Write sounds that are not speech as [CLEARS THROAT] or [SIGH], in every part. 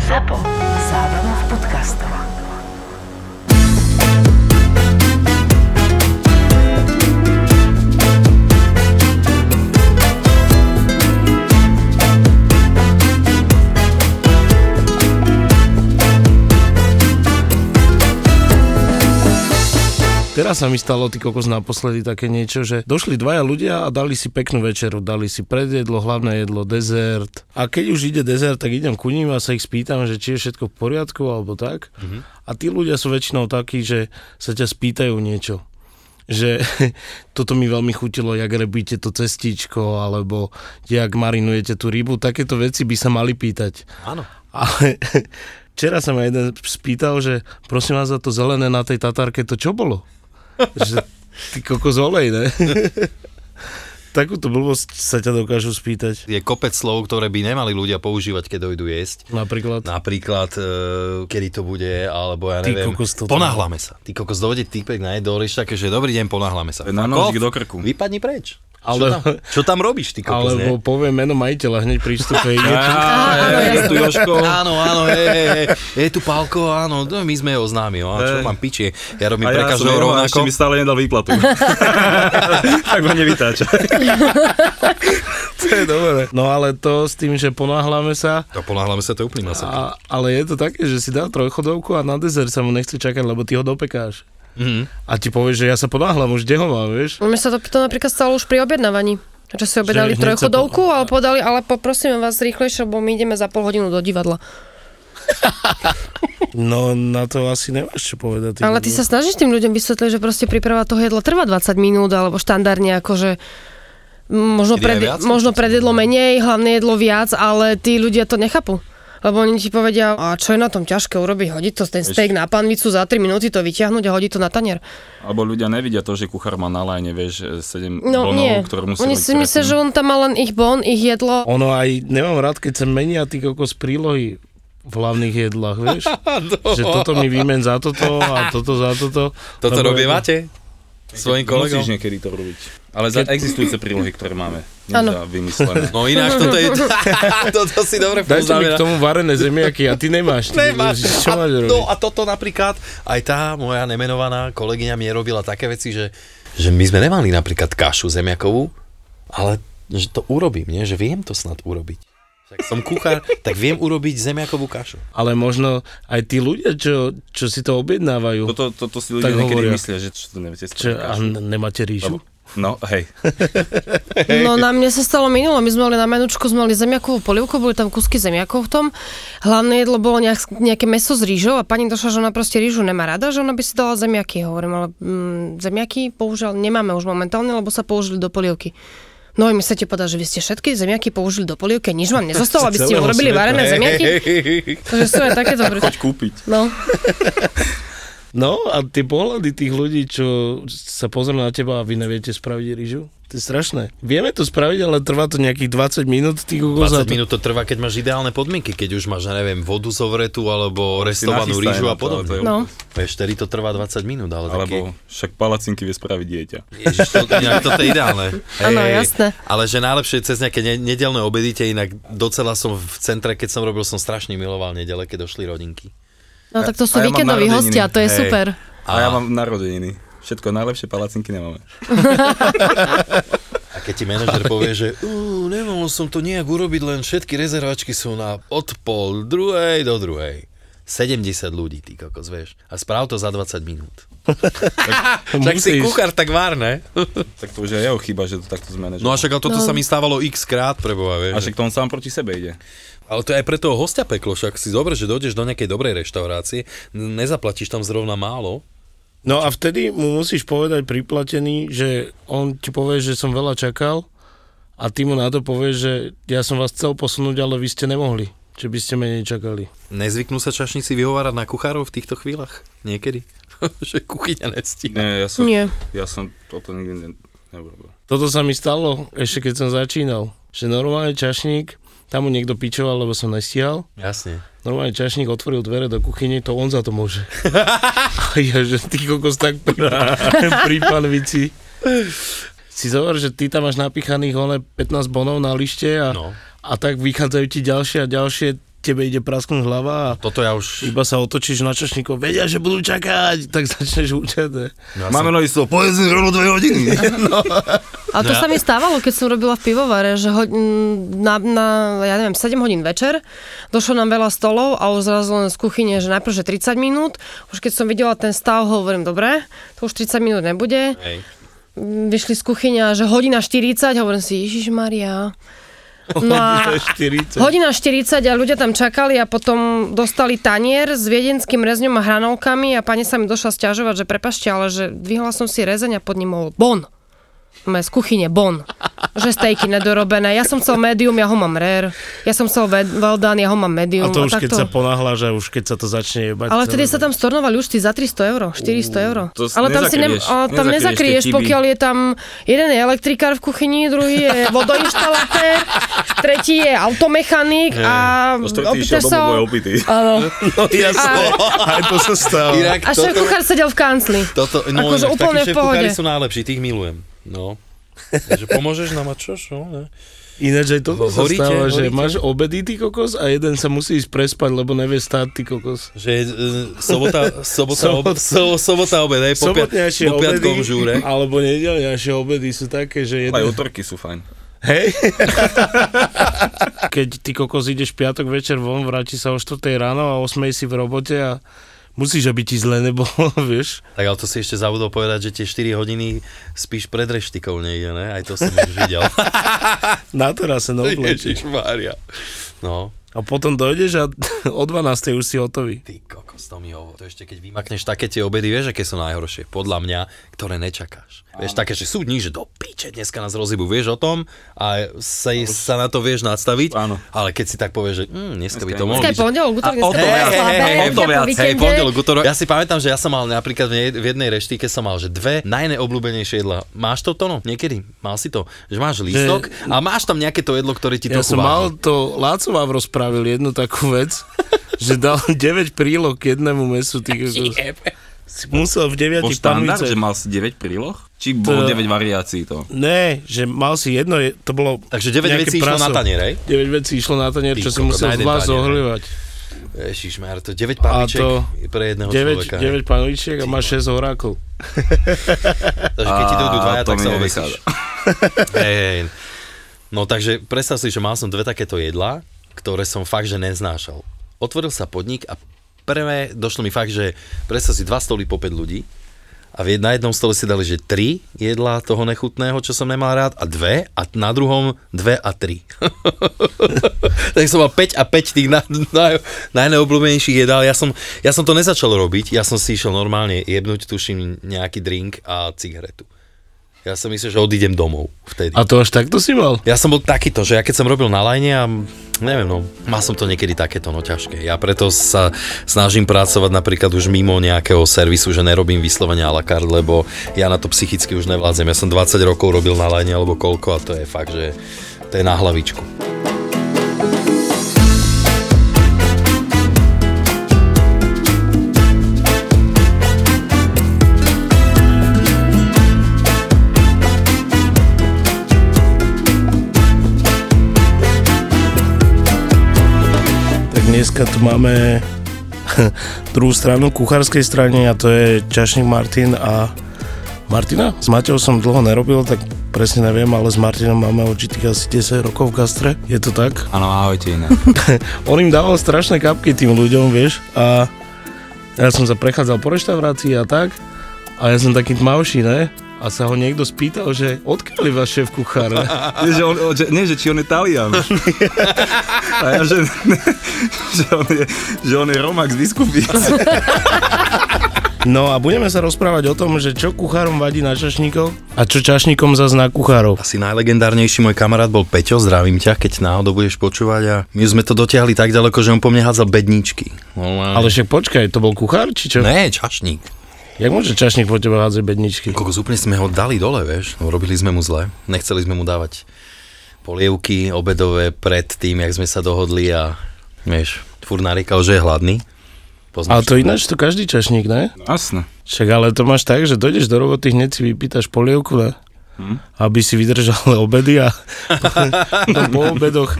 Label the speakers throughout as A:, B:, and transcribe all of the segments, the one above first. A: Zapo. Zábrná v podcastov.
B: Teraz sa mi stalo ty kokos naposledy také niečo, že došli dvaja ľudia a dali si peknú večeru, dali si predjedlo, hlavné jedlo, dezert. A keď už ide dezert, tak idem ku ním a sa ich spýtam, že či je všetko v poriadku alebo tak. Mm-hmm. A tí ľudia sú väčšinou takí, že sa ťa spýtajú niečo že [LAUGHS] toto mi veľmi chutilo, jak rebíte to cestičko, alebo jak marinujete tú rybu, takéto veci by sa mali pýtať.
C: Áno.
B: Ale [LAUGHS] včera sa ma jeden spýtal, že prosím vás za to zelené na tej tatárke, to čo bolo? že ty kokos olej, ne? [LAUGHS] Takúto blbosť sa ťa dokážu spýtať.
C: Je kopec slov, ktoré by nemali ľudia používať, keď dojdu jesť.
B: Napríklad.
C: Napríklad, e, kedy to bude, alebo ja
B: Ty
C: neviem.
B: kokos, toto-
C: ponáhlame sa. Ty kokos, dojde týpek na jedol, ešte také, že dobrý deň, ponáhlame sa.
D: Na
C: Fuck
D: nožík
C: off.
D: do krku.
C: Vypadni preč.
B: Ale-
C: čo, tam, čo tam robíš, ty kokos,
B: Alebo
C: ne?
B: poviem meno majiteľa hneď pri [LAUGHS] vstupe. Je tu-
D: Á, je tu Jožko.
C: Áno, áno, je, je, je, je tu Pálko, áno, no, my sme ho známi, no, a čo
D: Hej.
C: mám piči, ja robím
D: A
C: pre
D: ja som
C: každého
D: jeho a ešte
C: rovnako.
D: mi stále nedal [LAUGHS] výplatu. tak ma nevytáča.
B: To je dobré. No ale to s tým, že ponáhľame sa,
C: To ponáhlame sa, to je úplný masakr.
B: a, ale je to také, že si dá trojchodovku a na dezert sa mu nechce čakať, lebo ty ho dopekáš.
C: Mhm.
B: A ti povieš, že ja sa ponáhľam, už kde ho mám, vieš?
E: No, Mne sa to, to napríklad stalo už pri objednávaní. Že si
B: hneď
E: objednali
B: sa
E: trojchodovku, ale podali, ale poprosíme vás rýchlejšie, lebo my ideme za pol hodinu do divadla.
B: No na to asi nemáš čo povedať.
E: ale ty sa snažíš tým ľuďom vysvetliť, že proste príprava toho jedla trvá 20 minút, alebo štandardne akože m, možno,
C: Kedy aj
E: pred,
C: viac?
E: možno predjedlo menej, hlavné jedlo viac, ale tí ľudia to nechápu. Lebo oni ti povedia, a čo je na tom ťažké urobiť, hodiť to ten steak na panvicu, za 3 minúty to vyťahnuť a hodiť to na tanier.
D: Alebo ľudia nevidia to, že kuchár má na lajne, vieš, 7
E: No
D: bonov,
E: nie,
D: ktoré musí
E: oni
D: robiť
E: si myslia, že
D: predtým.
E: on tam má len ich bon, ich jedlo,
B: Ono aj, nemám rád, keď sa menia ty kokos prílohy v hlavných jedlách,
C: [LAUGHS]
B: vieš? že toto mi vymen za toto a toto za toto.
C: No.
B: Lebo je
C: Toto
B: to-
C: robívate? Svojim kolegom?
D: Musíš niekedy to robiť. Ale za existujúce prílohy, ktoré máme.
E: Áno.
D: Ano. [LAUGHS] vymyslené.
C: No ináč, toto je... toto si dobre
B: Dajte mi k
C: poznamená.
B: tomu varené zemiaky a ty nemáš. Ty,
C: Nemáš.
B: Čo máš
C: a,
B: robiť?
C: no a toto napríklad, aj tá moja nemenovaná kolegyňa mi robila také veci, že, že my sme nemali napríklad kašu zemiakovú, ale že to urobím, nie? že viem to snad urobiť. Tak som kuchár, tak viem urobiť zemiakovú kašu.
B: Ale možno aj tí ľudia, čo, čo si to objednávajú,
D: No, Toto, toto si
B: Tak
D: ľudia niekedy
B: hovoria.
D: myslia, že čo to neviete
B: čo, a
D: spraviť.
B: n- nemáte rížu?
D: No, hej.
E: No na mne sa stalo minulo, my sme mali na menučku, sme mali zemiakovú polievku, boli tam kusky zemiakov v tom. Hlavné jedlo bolo nejak, nejaké meso s rýžou a pani došla, že ona proste rýžu nemá rada, že ona by si dala zemiaky. Hovorím, ale mm, zemiaky bohužiaľ nemáme už momentálne, lebo sa použili do polievky. No i my sa ti povedať, že vy ste všetky zemiaky použili do polievky, nič vám nezostalo, aby ste
B: Celého
E: urobili
B: sveta.
E: varené zemiaky. Takže sú aj
D: [LAUGHS]
E: takéto
D: Choď
E: brúčky.
D: kúpiť.
E: No.
B: No a tie pohľady tých ľudí, čo sa pozrú na teba a vy neviete spraviť rýžu, to je strašné. Vieme to spraviť, ale trvá to nejakých 20 minút. Ty
C: 20 minút to trvá, keď máš ideálne podmienky, keď už máš, ja neviem, vodu zovretú alebo restovanú
D: nachystaj
C: rýžu
D: na
C: a
D: to, to je
C: podobne.
D: úplne-
E: No.
C: Vieš, tedy to trvá 20 minút, ale taký...
D: Alebo však palacinky vie spraviť dieťa.
C: Ježiš, to, inak toto je ideálne.
E: Áno,
C: Hej, hej.
E: jasné.
C: Ale že najlepšie je cez nejaké ne- nedelné obedíte, inak docela som v centre, keď som robil, som strašne miloval nedele, keď došli rodinky.
E: no tak to sú
D: A ja mám
E: víkendoví
D: narodeniny.
E: hostia, to je
D: Hej.
E: super.
D: A ja mám narodeniny. Všetko najlepšie palacinky nemáme.
C: A keď ti manažer povie, že "Ú, nemohol som to nejak urobiť, len všetky rezervačky sú na od pol druhej do druhej. 70 ľudí, ty kokos, vieš. A správ to za 20 minút. [LAUGHS] Však si kuchár tak vár, ne?
D: Tak to už je jeho chyba, že to takto zmenežuje.
C: No a však ale toto sa mi stávalo x krát, preboha, vieš.
D: a však to on sám proti sebe ide.
C: Ale to je aj pre toho hostia peklo, však si dobre, že dojdeš do nejakej dobrej reštaurácie, n- nezaplatíš tam zrovna málo,
B: No a vtedy mu musíš povedať priplatený, že on ti povie, že som veľa čakal a ty mu na to povieš, že ja som vás chcel posunúť, ale vy ste nemohli, že by ste menej čakali.
C: Nezvyknú sa čašníci vyhovárať na kuchárov v týchto chvíľach? Niekedy? [LAUGHS] že kuchyňa nestíha.
D: Nie, Mm, ja som,
E: Nie.
D: Ja som toto nikdy ne, neurobil.
B: Toto sa mi stalo ešte keď som začínal, že normálne čašník, tam mu niekto pičoval, lebo som nestihal,
C: Jasne.
B: Normálne čašník otvoril dvere do kuchyne, to on za to môže. A ja, že ty kokos tak [LAUGHS] pri, pri panvici. Si zober, že ty tam máš napichaných one 15 bonov na lište a, no.
C: No.
B: a tak vychádzajú ti ďalšie a ďalšie tebe ide prasknúť hlava a
C: Toto ja už...
B: iba sa otočíš na čašníkov, vedia, že budú čakať, tak začneš učať. ne?
C: No, ja
D: Máme
C: som,
D: na isto, povedz mi rovno dve hodiny.
E: A to sa mi stávalo, keď som robila v pivovare, že ho, m, na, na, ja neviem, 7 hodín večer, došlo nám veľa stolov a už zrazu len z kuchyne, že najprv, že 30 minút, už keď som videla ten stav, hovorím, dobre, to už 30 minút nebude.
C: [LAUGHS] hej.
E: M, Vyšli z kuchyne, že hodina 40, hovorím si, Ježiš Maria. No a
B: Hodina 40.
E: hodina 40 a ľudia tam čakali a potom dostali tanier s viedenským rezňom a hranolkami a pani sa mi došla stiažovať, že prepašte, ale že vyhla som si rezeň a pod ním bol bon. Máme z kuchyne bon. Že stejky nedorobené. Ja som chcel medium, ja ho mám rare. Ja som chcel ve- well done, ja ho mám
B: A
E: medium.
B: to už keď
E: takto.
B: sa ponáhľaš a už keď sa to začne jebať.
E: Ale vtedy
B: celé,
E: sa tam stornovali účty za 300 eur, 400 eur.
D: to s-
E: Ale tam si ne,
D: nezakrieš,
E: ale tam
D: nezakrieš tie
E: nezakrieš,
D: chyby.
E: pokiaľ je tam jeden je elektrikár v kuchyni, druhý
D: [LAUGHS]
E: je vodoinštalatér, tretí je automechanik a
D: Už to ty išiel
E: opýtaš sa
D: domov, bol
E: o...
D: [LAUGHS] opitý.
E: Áno.
B: No jasne, aj to sa stalo.
C: [LAUGHS] Inak
E: A šéf
C: toto,
E: kuchár sedel v kancli.
C: toto, no,
E: Akože
C: inak
E: úplne v
C: takí šéfkuchári
E: pohode.
C: sú najlepší, tých milujem. No. Takže pomôžeš nám a čo, čo? Ne?
B: Ináč aj toto sa
C: Horíte,
B: stáva, že
C: horíte.
B: máš obedy ty kokos a jeden sa musí ísť prespať, lebo nevie stáť ty kokos.
C: Že e, sobota, sobota,
B: Sobot-
C: ob, so, sobota obed, hej, po, pia,
B: Sobotnejšie
C: po piatkom
B: obedy,
C: žúre.
B: alebo nedelňajšie obedy sú také, že jeden...
D: Aj útorky sú fajn.
B: Hej? Keď ty kokos ideš piatok večer von, vráti sa o 4 ráno a o 8 si v robote a musíš, aby ti zle nebolo, [LAUGHS] vieš?
C: Tak ale to si ešte zabudol povedať, že tie 4 hodiny spíš pred reštikou niekde, ne? Aj to som už videl.
B: Na terase, no plečíš.
C: Ježišmária. No,
B: A potom dojdeš a [LAUGHS] o 12 už si hotový.
C: ty kokos, to mi hovor. To ešte keď vymakneš také tie obedy, vieš, aké sú najhoršie, podľa mňa, ktoré nečakáš. Vieš, také, že sú dní, že do piče, dneska nás rozhybu, vieš o tom a sa, sa na to vieš nadstaviť,
D: Áno.
C: ale keď si tak povieš, že mm, dneska by to mohlo
E: Dneska
C: byť,
E: je
C: že
E: pondelok,
D: A
E: útorok,
D: o
E: dneska
D: to
E: je
D: viac,
E: slabé,
D: hej, hej, hej,
E: dňa
D: to
E: po
D: viac, hej,
E: víkende.
C: pondelok, útorok. Ja si pamätám, že ja som mal napríklad v nej- v jednej reštike som mal, že dve najneobľúbenejšie jedla. Máš to, Tono? Niekedy? Mal si to? Že máš lístok a máš tam nejaké to jedlo, ktoré ti
B: Ja som
C: trochu
B: mal
C: váha.
B: to, Láco vám rozprávil jednu takú
C: [LAUGHS]
B: vec, že dal 9 prílog k jednému mesu. Ty, kokos. si [LAUGHS] musel v 9
D: Bol štandard,
B: panvice.
D: že mal si 9 príloh? Či bolo 9 variácií to?
B: Ne, že mal si jedno, je- to bolo
C: Takže 9
B: nejaké
C: vecí išlo na
B: praso.
C: tanier, hej?
B: 9 vecí išlo na tanier,
C: Ty
B: čo si
C: kokos,
B: musel
C: na jeden
B: zvlášť
C: tanier, hej.
B: zohľovať.
C: Ježišmar, to 9 papiček
B: to-
C: pre jedného
B: 9,
C: človeka.
B: 9 panvičiek a máš 6 horákov.
C: Takže keď ti
D: A
C: dojdú dvaja,
D: to
C: tak
D: mi
C: sa
D: nevychádza.
C: obesíš. [LAUGHS] hej, hej. No takže predstav si, že mal som dve takéto jedlá, ktoré som fakt, že neznášal. Otvoril sa podnik a prvé došlo mi fakt, že predstav si dva stoly po 5 ľudí a v- na jednom stole si dali, že tri jedlá toho nechutného, čo som nemal rád a dve a t- na druhom dve a tri. [LAUGHS] tak som mal 5 a 5 tých na, na, najneobľúbenejších jedál. Ja som, ja som to nezačal robiť, ja som si išiel normálne jebnúť, tuším, nejaký drink a cigaretu. Ja som myslel, že odídem domov vtedy.
B: A to až takto si mal?
C: Ja som bol takýto, že ja keď som robil na lajne a neviem, no, mal som to niekedy takéto, no ťažké. Ja preto sa snažím pracovať napríklad už mimo nejakého servisu, že nerobím vyslovene a la carte, lebo ja na to psychicky už nevládzem. Ja som 20 rokov robil na lajne alebo koľko a to je fakt, že to je na hlavičku.
B: Tak dneska tu máme [LAUGHS] druhú stranu kuchárskej strane a to je Čašník Martin a Martina. S Mateou som dlho nerobil, tak presne neviem, ale s Martinom máme určitých asi 10 rokov v gastre. Je to tak?
D: Áno, ahojte iné.
B: On im dával strašné kapky tým ľuďom, vieš, a ja som sa prechádzal po reštaurácii a tak, a ja som taký tmavší, ne? A sa ho niekto spýtal, že odkiaľ je váš šéf kuchár, ne?
D: [LAUGHS] Nie, že, on, že, nie, že či on je [LAUGHS] Talian. A ja, že, [LAUGHS] že, on je, že on je Romak z [LAUGHS] Vyskupic.
B: [LAUGHS] No a budeme sa rozprávať o tom, že čo kuchárom vadí na čašníkov a čo čašníkom zas na kuchárov.
C: Asi najlegendárnejší môj kamarát bol Peťo, zdravím ťa, keď náhodou budeš počúvať a my sme to dotiahli tak ďaleko, že on po mne hádzal bedničky.
B: Ale však počkaj, to bol kuchár, či čo?
C: Ne, čašník.
B: Jak môže čašník po tebe hádzať bedničky?
C: Kokos, úplne sme ho dali dole, vieš. No, robili sme mu zle. Nechceli sme mu dávať polievky obedové pred tým, jak sme sa dohodli a vieš, furt naríkal, že je hladný.
B: Ale
C: Poznáš
B: to ináč to každý čašník, ne?
D: Jasne.
B: Však ale to máš tak, že dojdeš do roboty, hneď si vypýtaš polievku, ne? aby si vydržal [LAUGHS] obedy a potom po obedoch,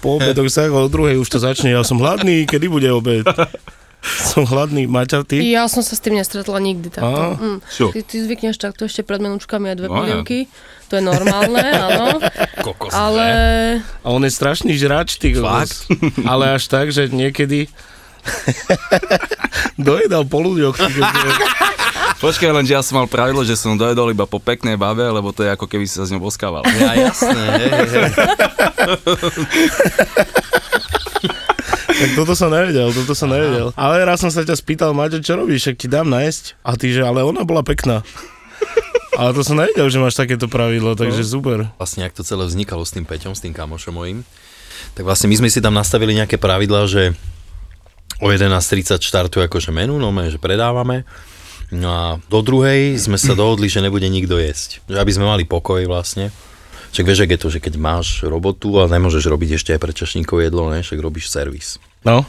B: po obedoch sa o druhej už to začne. Ja som hladný, kedy bude obed? Som hladný, Maťa, ty?
E: Ja som sa s tým nestretla nikdy takto.
B: Á,
E: Mm.
D: čo?
E: Ty, ty zvykneš takto ešte pred menučkami aj dve
D: No, ja.
E: polievky. To je
D: [LAUGHS]
E: normálne, áno.
C: Kokos,
E: Ale
C: ne?
B: A on je strašný žráč, ty kokos. Ale až tak, že niekedy dojedal po ľuďoch. ty kokos.
D: Počkaj len, že ja som mal pravidlo, že som dojedol iba po peknej bave, lebo to je ako keby si sa s ňou [LAUGHS] boskával.
C: Ja, jasné, hej, hej, hej.
B: Tak toto som nevedel, toto som nevedel. Ale raz som sa ťa spýtal, Maťo, čo robíš, však ti dám najesť. A ty, že ale ona bola
C: [LAUGHS]
B: pekná. Ale to som nevedel, že máš takéto pravidlo,
C: No.
B: takže super.
C: vlastne, ak to celé vznikalo s tým Peťom, s tým kamošom mojim, tak vlastne my sme si tam nastavili nejaké pravidlá, že o 11.30 štartuje akože menu, no že predávame. No a do druhej sme sa dohodli, že nebude nikto jesť. Že aby sme mali pokoj vlastne. Však vieš, ak je to, že keď máš robotu a nemôžeš robiť ešte aj pre čašníkov jedlo, ne? však robíš servis.
B: No,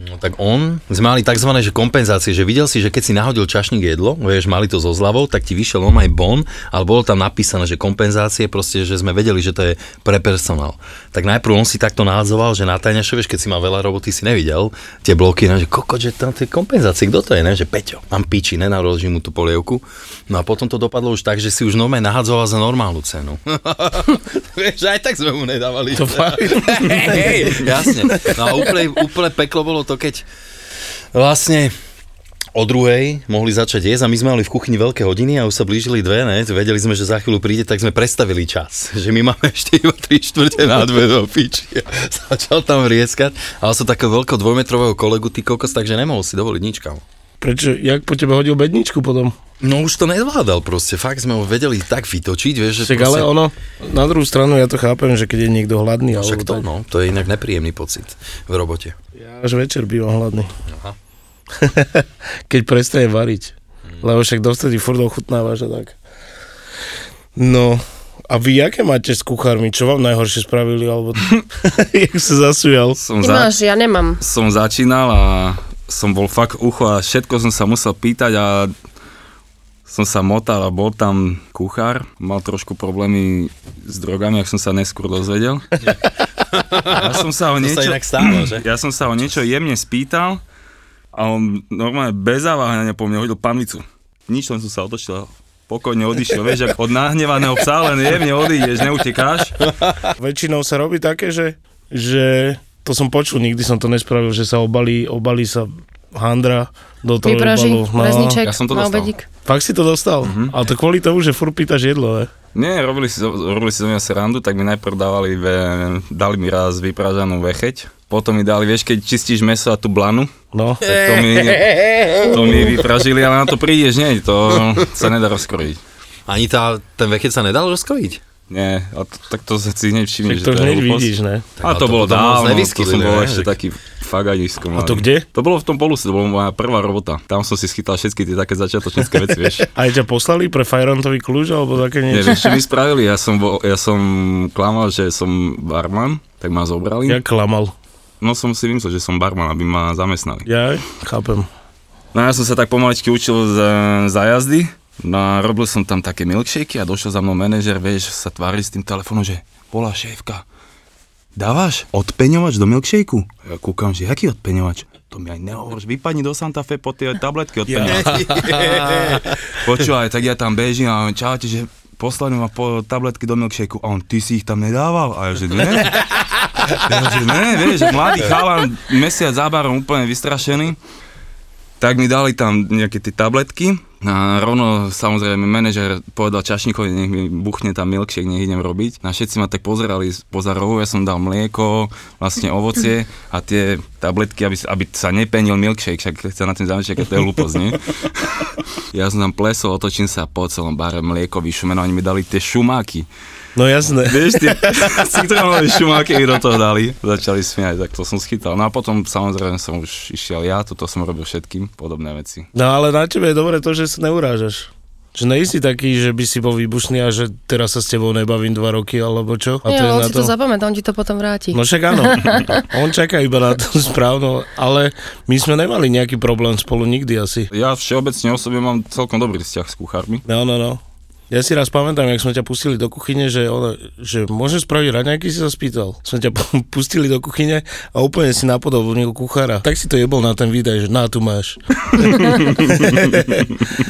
C: No tak on, sme mali tzv. Že kompenzácie, že videl si, že keď si nahodil čašník jedlo, vieš, mali to so zľavou, tak ti vyšiel on aj bon, ale bolo tam napísané, že kompenzácie, proste, že sme vedeli, že to je pre personál. Tak najprv on si takto nahadzoval, že na tajňaše, vieš, keď si mal veľa roboty, si nevidel tie bloky, ne, že koko, že tam tie kompenzácie, kto to je, ne, že Peťo, mám piči, nenaložím mu tú polievku. No a potom to dopadlo už tak, že si už normálne nahadzoval za normálnu cenu. [LAUGHS] vieš, aj tak sme mu nedávali.
B: to fakt.
C: Hej, jasne. No a úplne, úplne peklo bolo to, keď vlastne o druhej mohli začať jesť a my sme mali v kuchyni veľké hodiny a už sa blížili dve, ne? Vedeli sme, že za chvíľu príde, tak sme prestavili čas. Že my máme ešte iba 3 štvrte na dve do piči. [LAUGHS] Začal tam rieskať, ale som takého veľkého dvojmetrového kolegu, ty kokos, takže nemohol si dovoliť nič kam.
B: Prečo, jak po tebe hodil bedničku potom?
C: No už to nezvládal proste, fakt sme ho vedeli tak vytočiť, vieš, že
B: Však ale ono, na druhú stranu ja to chápem, že keď je niekto hladný, alebo
C: Však to,
B: tak,
C: no, to je inak nepríjemný pocit v robote.
B: ja až večer bývam hladný. [LAUGHS] keď prestane variť. Lebo však dovtedy furt ochutnávaš a tak. No, a vy aké máte s kuchármi? Čo vám najhoršie spravili? Alebo [LAUGHS] jak sa zasujal?
D: Som
E: ty
D: za...
E: máš, ja nemám.
D: som začínal a som bol fakt ucho a všetko som sa musel pýtať a som sa motal a bol tam kuchár, mal trošku problémy s drogami, ak som sa
C: [LAUGHS]
D: neskôr dozvedel. Ja som sa ho
C: To
D: niečo,
C: sa inak stáva, že?
D: ja som sa ho niečo jemne spýtal a on normálne bez zaváhania po mne hodil panvicu. Nič len som sa otočil a pokojne odišiel, vieš, ako od nahnevaného psa len jemne odídeš, neutekáš.
B: Väčšinou sa robí také, že, že to som počul, nikdy som to nespravil, že sa obalí, obalí sa handra do toho
E: Vypraží,
B: obalu. No,
E: rezniček
D: No, ja som to
E: na
D: dostal.
E: obedík.
B: Fakt si to dostal? Mm-hmm. Ale to kvôli tomu, že furt pýtaš jedlo, ne?
D: Nie, robili si, zo- robili si zo mňa srandu, tak mi najprv dávali, ve, dali mi raz vypražanú vecheť, potom mi dali, vieš, keď čistíš meso a tú blanu,
B: No. [LAUGHS]
D: tak to mi, to mi vypražili, ale na to prídeš, nie, to sa nedá rozkrojiť.
C: Ani tá, ten vekec sa nedal rozkojiť?
D: Nie, a to, tak to si
B: Tak
D: hneď všimneš,
B: to už
D: je
B: hneď
D: hlúposť.
B: vidíš, no. ne?
D: A
C: Tak,
D: to,
C: a to
D: bolo
C: potom moc
D: dávno, to
C: nevyskytli,
D: som bol
C: ne?
D: ešte
C: Tak-
D: taký fagadisko
B: A to kde?
D: To bolo v tom poluse, to bola moja prvá robota. Tam som si schytal všetky tie také začiatočnícke veci,
B: [LAUGHS]
D: vieš.
B: Aj ťa poslali pre Fajrontový kľúč, alebo také niečo?
D: Nie, vieš, čo mi spravili? Ja som, bol, ja som klamal, že som barman, tak ma zobrali.
B: Ja klamal.
D: No som si vymyslel, že som barman, aby ma zamestnali.
B: Ja chápem.
D: No ja som sa tak pomaličky učil za, za jazdy. No a robil som tam také milkshakey a došiel za mnou manažer, vieš, sa tvári s tým telefónom, že volá šéfka. Dávaš odpeňovač do milkshakeu? Ja kúkam, že jaký odpeňovač? To mi aj nehovorš, vypadni do Santa Fe po tie tabletky odpeňovač. Počúvaj, tak ja tam bežím a on čaute, že poslali ma po tabletky do milkshakeu a on, ty si ich tam nedával? A ja, že ne. Ja, že ne, vieš, mladý chalan, mesiac za barom, úplne vystrašený. Tak mi dali tam nejaké tie tabletky a rovno samozrejme manažer povedal čašníkovi, nech mi buchne tam milkshake, nech idem robiť. A všetci ma tak pozerali poza rohu, ja som dal mlieko, vlastne ovocie a tie tabletky, aby, sa- aby sa nepenil milkshake, však sa na tým zamýšľať, to je hlúposť, nie? [LAUGHS] Ja som tam plesol, otočím sa po celom bare mlieko, vyšumeno, oni mi dali tie šumáky.
B: No jasné.
D: Vieš, tie [LAUGHS] citrónové šumáky mi do toho dali. Začali smiať, tak to som schytal. No a potom samozrejme som už išiel ja, toto som robil všetkým, podobné veci.
B: No ale na tebe je dobre to, že sa neurážaš. Že nejsi taký, že by si bol výbušný a že teraz sa s tebou nebavím dva roky alebo čo? A
E: Nie,
B: je
E: on
B: na
E: si to zapamätá, on ti to potom vráti.
B: No však áno, on čaká iba na to [LAUGHS] správno, ale my sme nemali nejaký problém spolu nikdy asi.
D: Ja všeobecne o sebe mám celkom dobrý vzťah s kuchármi.
B: No, no, no. Ja si raz pamätám, jak sme ťa pustili do kuchyne, že, ona, že môžem spraviť raňajky, si sa spýtal. Sme ťa [LAUGHS] pustili do kuchyne a úplne si napodobnil kuchára. Tak si to jebol na ten výdaj, že na, tu máš.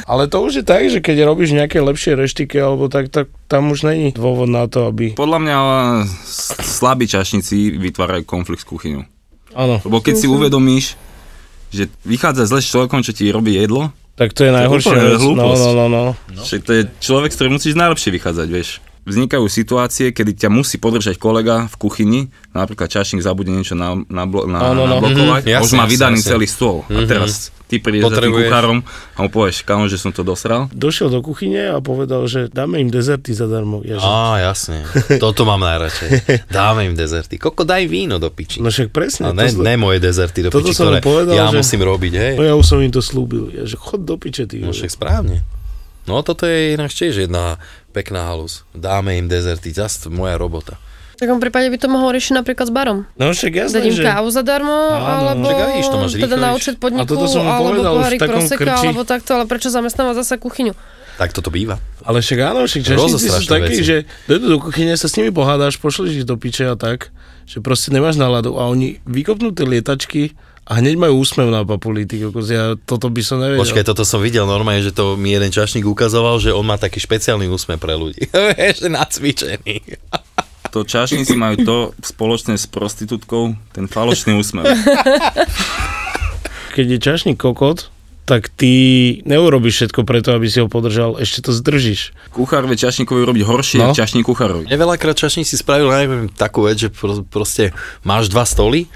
B: Ale to už je tak, že keď robíš nejaké lepšie reštiky, alebo tak, tak tam už není dôvod na to, aby...
D: Podľa mňa s- slabí čašníci vytvárajú konflikt s kuchyňou.
B: Áno,
D: Lebo keď si uvedomíš, že vychádza zle s človekom, čo ti robí jedlo,
B: tak to je najhoršia
D: úplne
B: vec. No,
D: hlúposť.
B: no, no, no.
D: no. však to je človek, s ktorým musíš najlepšie vychádzať, vieš. Vznikajú situácie, kedy ťa musí podržať kolega v kuchyni, napríklad čašník zabude niečo na, na, blo, na,
B: Áno,
D: no,
B: no.
D: no. nablokovať,
C: Mhm,
D: mm-hmm, už
C: jasne,
D: má
C: jasne,
D: vydaný
C: jasne.
D: celý stôl. Mm-hmm. A teraz ty prídeš za tým
C: Potrebuješ-
D: kuchárom a mu povieš, kámo, že som to dosral.
B: Došiel do kuchyne a povedal, že dáme im dezerty zadarmo. Ja, že...
C: Á, jasne. Toto mám najradšej. Dáme im dezerty. Koko, daj víno do piči.
B: No však presne.
C: A ne,
B: to zle-
C: ne moje dezerty do
B: Toto
C: piči,
B: som
C: ktoré
B: mu povedal,
C: ja
B: že-
C: musím robiť, hej.
B: No ja už som im to slúbil. Ja, že chod do piče, ty.
C: No
B: vole.
C: však správne. No toto je ináč tiež jedna pekná halus. Dáme im dezerty, zas moja robota.
E: V takom prípade by to mohol riešiť napríklad s barom.
B: no však jasné,
E: Dať im
B: že...
E: kávu zadarmo, alebo
C: Však aj vidíš, to máš
E: teda
C: rýchlejšie.
E: na účet
B: A
E: podniku,
B: toto som mu
E: alebo
B: povedal už v
E: pohárik
B: takom
E: proseka,
B: krči.
E: alebo takto, ale prečo zamestnáva zase kuchyňu?
C: Tak toto býva.
B: Ale však áno, však čašníci sú
C: Rozostrašné
B: takí,
C: veci.
B: že dojdu do kuchyne, sa s nimi pohádaš, pošleš ich do piče a tak, že proste nemáš náladu a oni vykopnú tie lietačky a hneď majú úsmev na papuli, ty kokos, ja toto by som nevedel.
C: Počkaj, toto som videl normálne, že to mi jeden čašník ukazoval, že on má taký špeciálny úsmev pre ľudí. [LAUGHS] Vieš, že nacvičený.
D: To čašníci majú to spoločné s prostitútkou, ten falošný úsmev.
B: Keď je čašník kokot, tak ty neurobiš všetko preto, aby si ho podržal, ešte to zdržíš.
D: Kuchár vie čašníkovi robiť horšie,
B: No.
D: no. čašník kuchárovi.
C: Mne veľakrát čašníci spravili, ja neviem, takú vec, že pro, proste máš dva stoly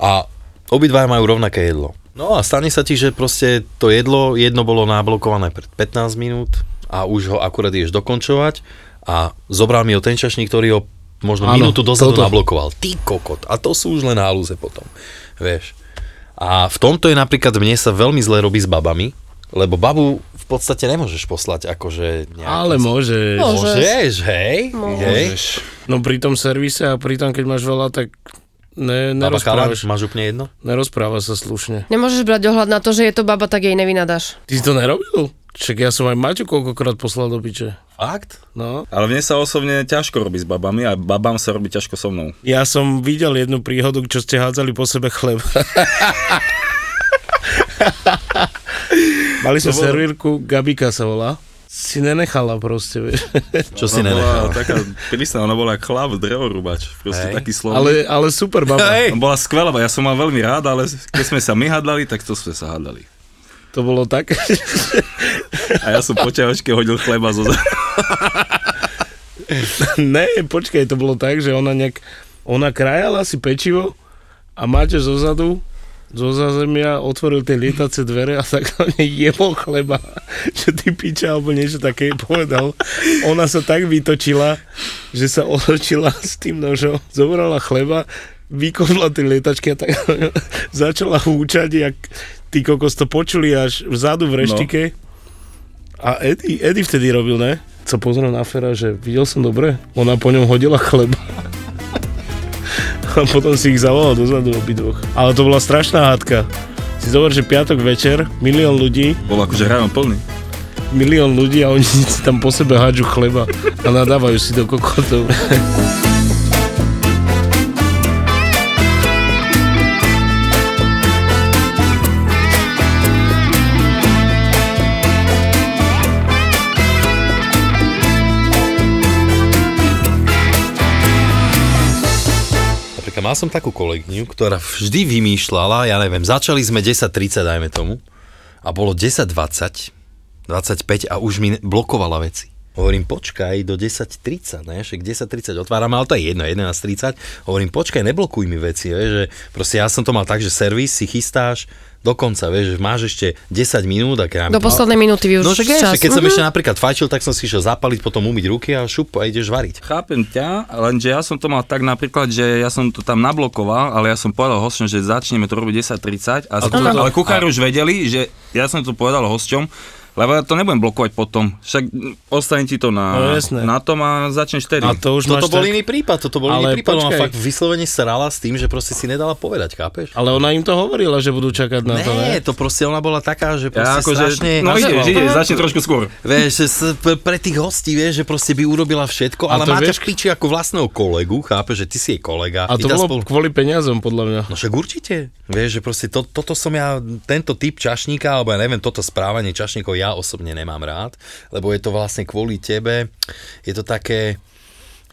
C: a obidva majú rovnaké jedlo. No a stane sa ti, že proste to jedlo, jedno bolo nablokované pred 15 minút a už ho akurát ideš dokončovať a zobral mi ho ten čašník, ktorý ho možno
B: Áno,
C: minútu dozadu
B: toto.
C: nablokoval. Ty kokot. A to sú už len halúze potom. Vieš. A v tomto je napríklad, mne sa veľmi zle robí s babami, lebo babu v podstate nemôžeš poslať akože nejakým...
B: Ale môžeš.
E: No. Môžeš.
C: Môžeš, hej? Hej?
B: No pri tom servise a pri tom, keď máš veľa, tak ne,
C: Baba Chalan,
B: nerozprávaš,
C: máš úplne jedno?
B: nerozpráva sa slušne.
E: Nemôžeš brať ohľad na to, že je to baba, tak jej nevynadáš.
B: Ty si to nerobil? Čak ja som aj Maťu koľkokrát poslal do piče.
C: Fakt?
B: No.
D: Ale mne sa osobne ťažko robí s babami a babám sa robí ťažko so mnou.
B: Ja som videl jednu príhodu, čo ste hádzali po sebe chleba. Mali sme servírku, Gabika sa volá. Si nenechala proste, vieš.
C: Čo si
D: Ona
C: [LAUGHS]
D: bola
C: nenechal?
D: taká prísna, ona bola jak chlap, drevorúbač,
C: Hej.
D: proste hey. taký slovný. Ale...
B: Ale, ale super baba.
C: Hej.
D: Bola skvelá, ja som mal veľmi rád, ale keď sme sa my hádali, tak to sme sa hádali.
B: To bolo tak. [LAUGHS]
D: A ja som po ťahočke hodil chleba zo zad-
B: ne, počkaj, to bolo tak, že ona nejak... Ona krajala si pečivo a máte zozadu zo zázemia otvoril tie lietace dvere a tak na mne jebol chleba, [LAUGHS] že ty piča alebo niečo také jej povedal. Ona sa tak vytočila, že sa otočila s tým nožom, zobrala chleba, vykopla tie lietačky a tak [LAUGHS] začala húčať, jak tí kokos to počuli až vzadu v reštike. No. A Eddie, Eddie vtedy robil, ne? Co pozrel na Fera, že videl som dobre, ona po ňom hodila chleba. A potom si ich zavolal dozadu obidvoch. Ale to bola strašná hádka. Si zober, že piatok večer, milión ľudí,
D: Bol akože rájom plný.
B: milión ľudí a oni si tam po sebe hádžu chleba a nadávajú si do kokotov.
C: Napríklad mal som takú kolegyňu, ktorá vždy vymýšľala, ja neviem, začali sme 10.30, dajme tomu, a bolo 10.20, 25 a už mi ne- blokovala veci. Hovorím, počkaj do 10.30, ne? Však 10.30 otvárame, ale to je jedno, 11.30. Hovorím, počkaj, neblokuj mi veci, vieš, že proste ja som to mal tak, že servis si chystáš dokonca, vieš, že máš ešte 10 minút a keď
E: Do poslednej minúty využiť
C: No však je,
E: čas.
C: že keď som
E: Mhm.
C: ešte napríklad fajčil, tak som si išiel zapaliť, potom umyť ruky a šup a ideš variť.
D: Chápem ťa, lenže ja som to mal tak napríklad, že ja som to tam nablokoval, ale ja som povedal hosťom, že začneme to robiť 10.30, a, a
C: to-
D: ale kuchári už vedeli, že ja som to povedal hosťom, Lebo ja to nebudem blokovať potom. Však mm, ostane ti to
B: No
D: na,
B: jasné.
D: na tom a začneš tedy.
B: A to už
C: Toto
B: máš
C: bol
B: tak...
C: iný prípad, toto bol
B: Ale
C: iný prípad.
B: počkaj.
C: Ona fakt vyslovene srala s tým, že proste si nedala povedať, chápeš?
B: Ale ona im to hovorila, že budú čakať na No, to, ne?
C: Ne, to proste ona bola taká, že proste
D: Ja akože,
C: strašne...
D: no ideš,
C: Áno.
D: ideš, začne trošku skôr.
C: Vieš, že s- p- pre tých hostí, vieš, že proste by urobila všetko,
B: A
C: ale
B: to
C: má ťa
B: vieš-
C: v piči ako vlastného kolegu, chápeš, že ty si jej kolega.
B: A to
C: Vy tam
B: bolo
C: spolu-
B: kvôli peniazom, podľa mňa.
C: No však určite. Vieš, že proste to, toto som ja, tento typ čašníka, alebo ja neviem, toto správanie čašníkov ja osobne nemám rád, lebo je to vlastne kvôli tebe, je to také...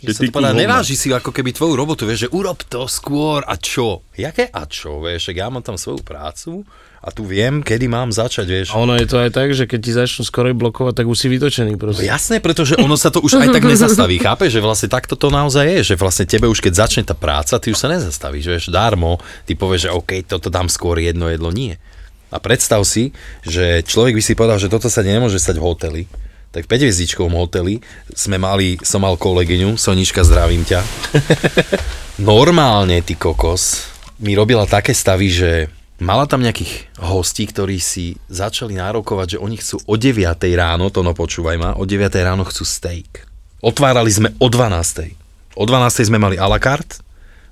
D: Že
C: Že sa
D: ty
C: to povedá,
D: kurvo,
C: neváži si ako keby tvoju robotu, vieš, že urob to skôr a čo? Jaké a čo, vieš, však ja mám tam svoju prácu a tu viem, kedy mám začať, vieš.
B: A ono je to aj tak, že keď ti začnú skorej blokovať, tak už si vytočený
C: No
B: proste.
C: Jasné, pretože ono sa to už aj tak nezastaví, chápeš, že vlastne takto to naozaj je, že vlastne tebe už keď začne tá práca, ty už sa nezastavíš, vieš, darmo, ty povieš, že OK, toto dám skôr jedno jedlo, nie. A predstav si, že človek by si povedal, že toto sa nemôže stať v hoteli, tak v 5 hoteli sme mali, som mal kolegyňu, Sonička, zdravím ťa. Normálne, ty kokos, mi robila také stavy, že mala tam nejakých hostí, ktorí si začali nárokovať, že oni chcú o 9 ráno, to no počúvaj ma, o 9 ráno chcú steak. Otvárali sme o 12. O 12 sme mali a la carte,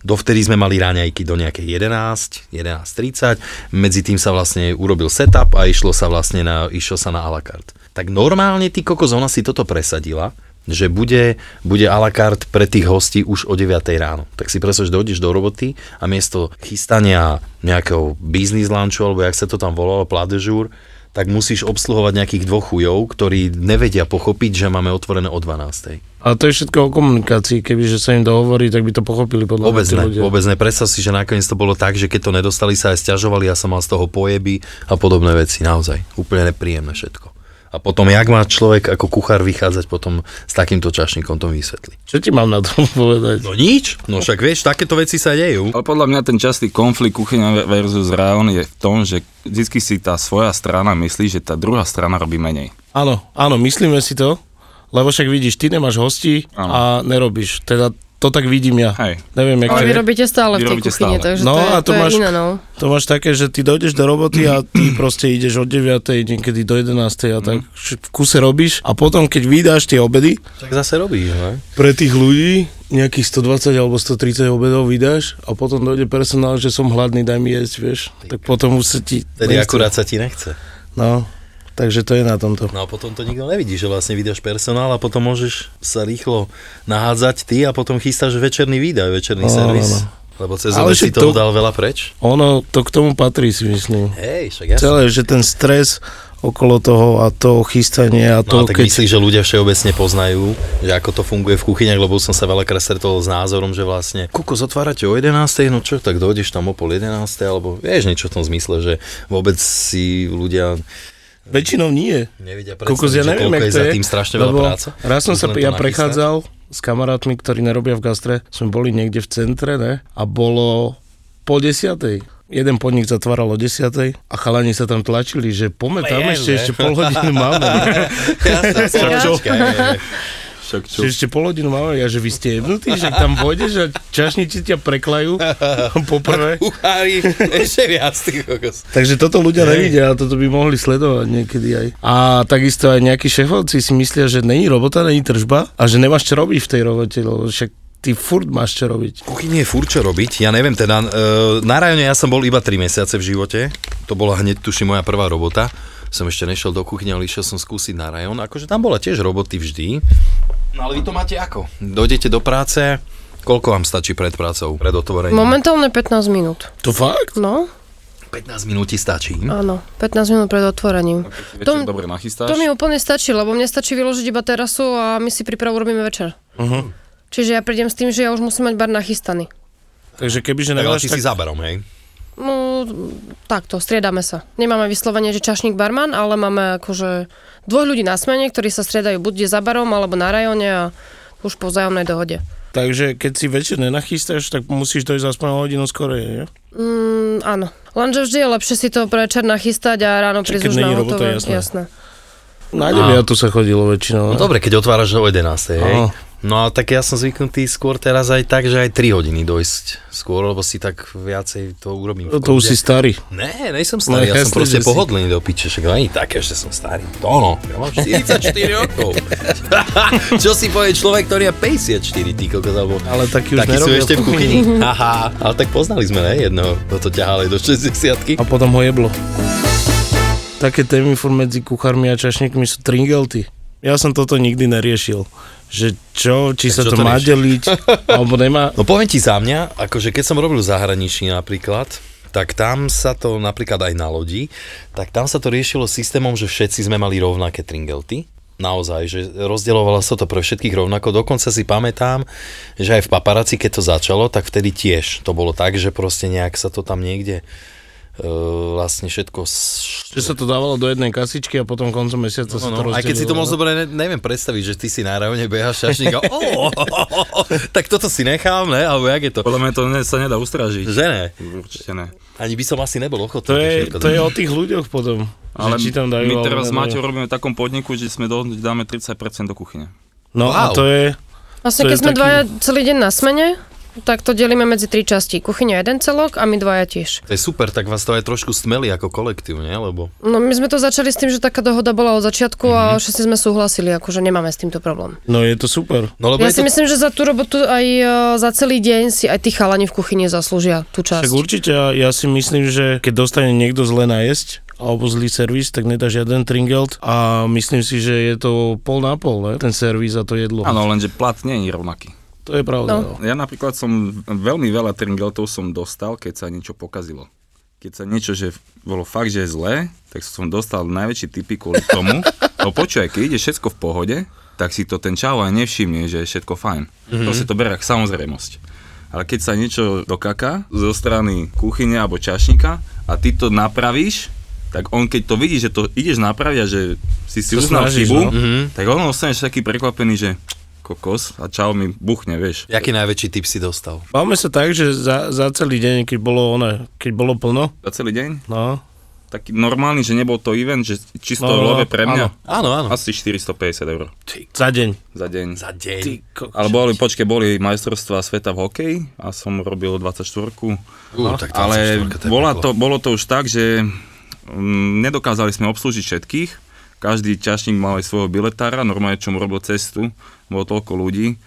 C: dovtedy sme mali ráňajky do nejakej 11, 11.30, medzi tým sa vlastne urobil setup a išlo sa vlastne na, išlo sa na a la carte. Tak normálne ty kokos, ona si toto presadila, že bude, bude a la carte pre tých hostí už o 9 ráno. Tak si predstav, že dojdeš do roboty a miesto chystania nejakého business lunchu, alebo jak sa to tam volalo, pladežúr, tak musíš obsluhovať nejakých dvoch chujov, ktorí nevedia pochopiť, že máme otvorené o 12.
B: Ale to je všetko o komunikácii, kebyže sa im dohovorí, tak by to pochopili podľa mňa
C: Vôbec
B: tí
C: ne,
B: ľudia.
C: vôbec ne. Predstav si, že nakoniec to bolo tak, že keď to nedostali, sa aj stiažovali, ja som mal z toho pojeby a podobné veci. Naozaj, úplne nepríjemné všetko. A potom, jak má človek ako kuchár vychádzať potom s takýmto čašníkom, to mi vysvetli.
B: Čo ti mám na to [LAUGHS] povedať?
C: No nič, no však vieš, takéto veci sa dejú.
D: Ale podľa mňa ten častý konflikt kuchyňa versus reón je v tom, že vždy si tá svoja strana myslí, že tá druhá strana robí menej.
B: Áno, áno, myslíme si to, lebo však vidíš, ty nemáš hostí
D: Áno.
B: a nerobíš. Teda to tak vidím ja.
D: Hej.
B: Neviem, jak
E: Ale
B: to
E: vy
B: je.
E: robíte stále
D: Vy
E: v tej
D: robíte
E: kuchyni,
D: stále.
E: takže
B: No
E: to je,
B: a to
E: to
B: máš-
E: je iná, no.
B: To máš také, že ty dojdeš do roboty a ty proste ideš od 9. niekedy do 11. a tak v kuse robíš a potom keď vydáš tie obedy
C: Tak zase robíš, ne?
B: pre tých ľudí, nejakých 120 alebo 130 obedov vydáš a potom dojde personál, že som hladný, daj mi jesť, vieš. Tak potom už sa ti... nechce.
C: Tedy akurát sa ti nechce.
B: No, takže to je na tomto.
C: No a potom to nikto nevidí, že vlastne vydáš personál a potom môžeš sa rýchlo nahádzať ty a potom chystáš večerný výdaj, večerný
B: Áno,
C: servis.
B: áno.
C: Lebo cez
B: Ale
C: obed si
B: však to-
C: toho dal veľa preč.
B: Ono, to k tomu patrí, si myslím.
C: Hej, však ja
B: Celé, že ten stres okolo toho a to chystanie a
C: No
B: to,
C: a tak
B: keď...
C: myslíš, že ľudia všeobecne poznajú, že ako to funguje v kuchyniach, lebo som sa veľakrát stretol s názorom, že vlastne kuko zatvárate o 11, no čo, tak dojdeš tam o pol 11, alebo vieš niečo v tom zmysle, že vôbec si ľudia
B: Väčšinou nie.
C: nevedia predstaviť,
B: Kokos, ja
C: že
B: neviem,
C: koľko
B: jak
C: je
B: to
C: za
B: je,
C: tým strašne veľa
B: lebo
C: práce.
B: Raz som
C: Musím
B: sa,
C: len to
B: ja
C: nachystať.
B: prechádzal s kamarátmi, ktorí nerobia v gastre, sme boli niekde v centre, ne? A bolo po desiatej. Jeden podnik zatváral o desiatej a chalani sa tam tlačili, že poďme tam
C: Leje,
B: ešte,
C: že?
B: ešte pol hodinu
C: [LAUGHS]
B: máme.
C: Jasné,
D: čo?
C: [LAUGHS] počkaj, hej, hej.
D: Však
B: Že ešte pol hodinu máme, ja, že vy ste jednutí, že tam pôjdeš a čašnici ťa preklajú
C: [LAUGHS]
B: poprvé.
C: Kuchári, ešte viac, ty kokos.
B: Takže toto ľudia nevidia a toto by mohli sledovať niekedy aj. A takisto aj nejakí šéfovci si myslia, že není robota, není tržba a že nemáš čo robiť v tej robote, lebo však ty furt máš čo robiť.
C: kuchyni je furt čo robiť, ja neviem teda, e, na rajone ja som bol iba 3 mesiace v živote, to bola hneď tuším moja prvá robota, som ešte nešiel do kuchyne, ale išiel som skúsiť na rajon, akože tam bola tiež roboty vždy, no ale vy to máte ako? Dojdete do práce, koľko vám stačí pred prácou, pred otvorením?
E: Momentálne 15 minút.
B: To fakt?
E: No,
C: 15 minút ti stačí.
B: No.
E: áno, 15 minút pred otvorením.
D: Večer dobre nachystáš.
E: To mi úplne stačí, lebo mne stačí vyložiť iba terasu a my si prípravu robíme večer. Uh-huh.
B: Mhm.
E: Čiže ja prídem s tým, že ja už musím mať bar nachystaný.
B: Takže kebyže
C: Tak ale
B: nemáš
C: ty
B: tak...
C: si záberom, hej?
E: No, takto, striedame sa. Nemáme vyslovene, že čašník barman, ale máme akože dvoch ľudí na smene, ktorí sa striedajú buď za barom, alebo na rajone a už po vzájomnej dohode.
B: Takže keď si večer nenachystáš, tak musíš dojsť aspoň o hodinu skorej, nie?
E: Mm, áno. Lenže vždy je lepšie si to večer nachystať a ráno
B: Čiže
E: prísť
B: keď
E: už
B: není
E: na
B: robota,
E: hotové.
B: jasné.
E: jasné.
B: Na deviatu sa chodilo väčšinou.
C: No
B: ne?
C: dobre, keď otváraš o 11,
B: Áno.
C: hej? No a tak ja som zvyknutý skôr teraz aj tak, že aj 3 hodiny dojsť skôr, lebo si tak viacej to urobím. v
B: To už
C: kľude.
B: si starý.
C: Ne, nejsem starý,
B: No,
C: ja
B: jasne,
C: som proste
B: že si.
C: pohodlný do piče, však není také, že som starý. To ono, ja mám 44 rokov. [LAUGHS] Čo si povie človek, ktorý je 54, ty kokos, alebo...
B: Ale taký už
C: taký sú
B: nerobia
C: ešte
B: v
C: v kuchyni. Haha, ale tak poznali sme, ne, jedno, kto to ťahali do 60
B: A potom ho jeblo. Také témy furt medzi kuchármi a čašníkmi sú tringelty. Ja som toto nikdy neriešil. Že čo, či
C: Tak
B: sa
C: čo
B: to,
C: to
B: má
C: riešiš? [LAUGHS]
B: deliť, alebo nemá.
C: No poviem ti za mňa, akože keď som robil v zahraničí napríklad, tak tam sa to napríklad aj na lodi, tak tam sa to riešilo systémom, že všetci sme mali rovnaké tringelty. Naozaj, že rozdielovalo sa to pre všetkých rovnako. Dokonca si pamätám, že aj v paparaci, keď to začalo, tak vtedy tiež to bolo tak, že proste nejak sa to tam niekde e, vlastne všetko... s-
B: Že sa to dávalo do jednej kasičky a potom koncom mesiaca sa to
C: No, no, aj keď si to
B: rozdelilo.
C: moc dobre ne, neviem predstaviť, že ty si náravne behaš
B: [LAUGHS]
C: šašník a "Ó, tak toto si nechám, ne? Alebo jak je to?
D: Podľa mňa to ne, sa nedá ustražiť.
C: Že ne?
D: Určite ne.
C: Ani by som asi nebol ochotný.
B: To je,
C: všetko
B: to je
C: dať.
B: o tých ľuďoch potom.
D: Ale
B: že či tam dajú,
D: my
B: alebo
D: teraz s
B: nedajú.
D: Maťou robíme v takom podniku, že sme dohodnúť, dáme 30% do kuchyne.
B: No a
C: Wow.
B: to je...
E: Vlastne,
B: To
E: keď
B: je
E: sme
B: taký-
E: dvaja celý deň na smene, tak to delíme medzi tri časti. Kuchyňa jeden celok a my dvaja tiež.
C: To je super, tak vás to aj trošku stmeli ako kolektív, ne? Lebo
E: No my sme to začali s tým, že taká dohoda bola od začiatku
B: Mhm.
E: a všetci sme súhlasili, akože nemáme s týmto problém.
B: No je to super.
C: No lebo
E: ja
C: je
E: si
C: to...
E: myslím, že za tú robotu aj e, za celý deň si aj tí chalani v kuchyni zaslúžia tú časť.
B: Tak určite, ja, ja si myslím, že keď dostane niekto zle najesť, alebo zlý servis, tak nedá žiaden tringelt a myslím si, že je to pol na pol, ne? ten servis a to jedlo.
D: Áno, lenže plat nie je rovnaký.
B: To je pravda.
E: No.
B: No.
D: Ja napríklad som veľmi veľa tringeltov som dostal, keď sa niečo pokazilo. Keď sa niečo, že bolo fakt, že je zlé, tak som dostal najväčší typy kvôli
B: [LAUGHS]
D: tomu. No počúaj, keď ide všetko v pohode, tak si to ten čau aj nevšimne, že je všetko fajn.
B: Mhm.
D: Mm-hmm. To si to berie ako samozrejmosť. Ale keď sa niečo dokaká zo strany kuchyne alebo čašníka a ty to napravíš, tak on keď to vidí, že to ideš napraviť a že si si
B: To
D: uznal
B: snažíš,
D: chybu,
B: no.
D: mm-hmm. tak on ostaneš taký prekvapený, že kokos a čau mi buchne, vieš.
C: Jaký najväčší tip si dostal?
B: Máme sa tak, že za, za celý deň, keď bolo, ono, keď bolo plno,
D: Za celý deň?
B: no,
D: Taký normálny, že nebol to event, že čisto
B: No,
D: no,
B: no,
D: love pre mňa?
B: áno. Hm.
C: Áno, áno.
D: Asi 450 eur
B: za deň.
D: za deň.
C: Za deň.
B: Ty ko-
D: Ale boli, počkej, boli majstrovstvá sveta v hokeji a som robil 24
C: Ú, tak
D: ale
C: 24, je
D: bola
C: peklo.
D: to, bolo to už tak, že mm, nedokázali sme obslúžiť všetkých. Každý čašník mal aj svojho biletára, normálne čo mu robil cestu, bolo toľko ľudí.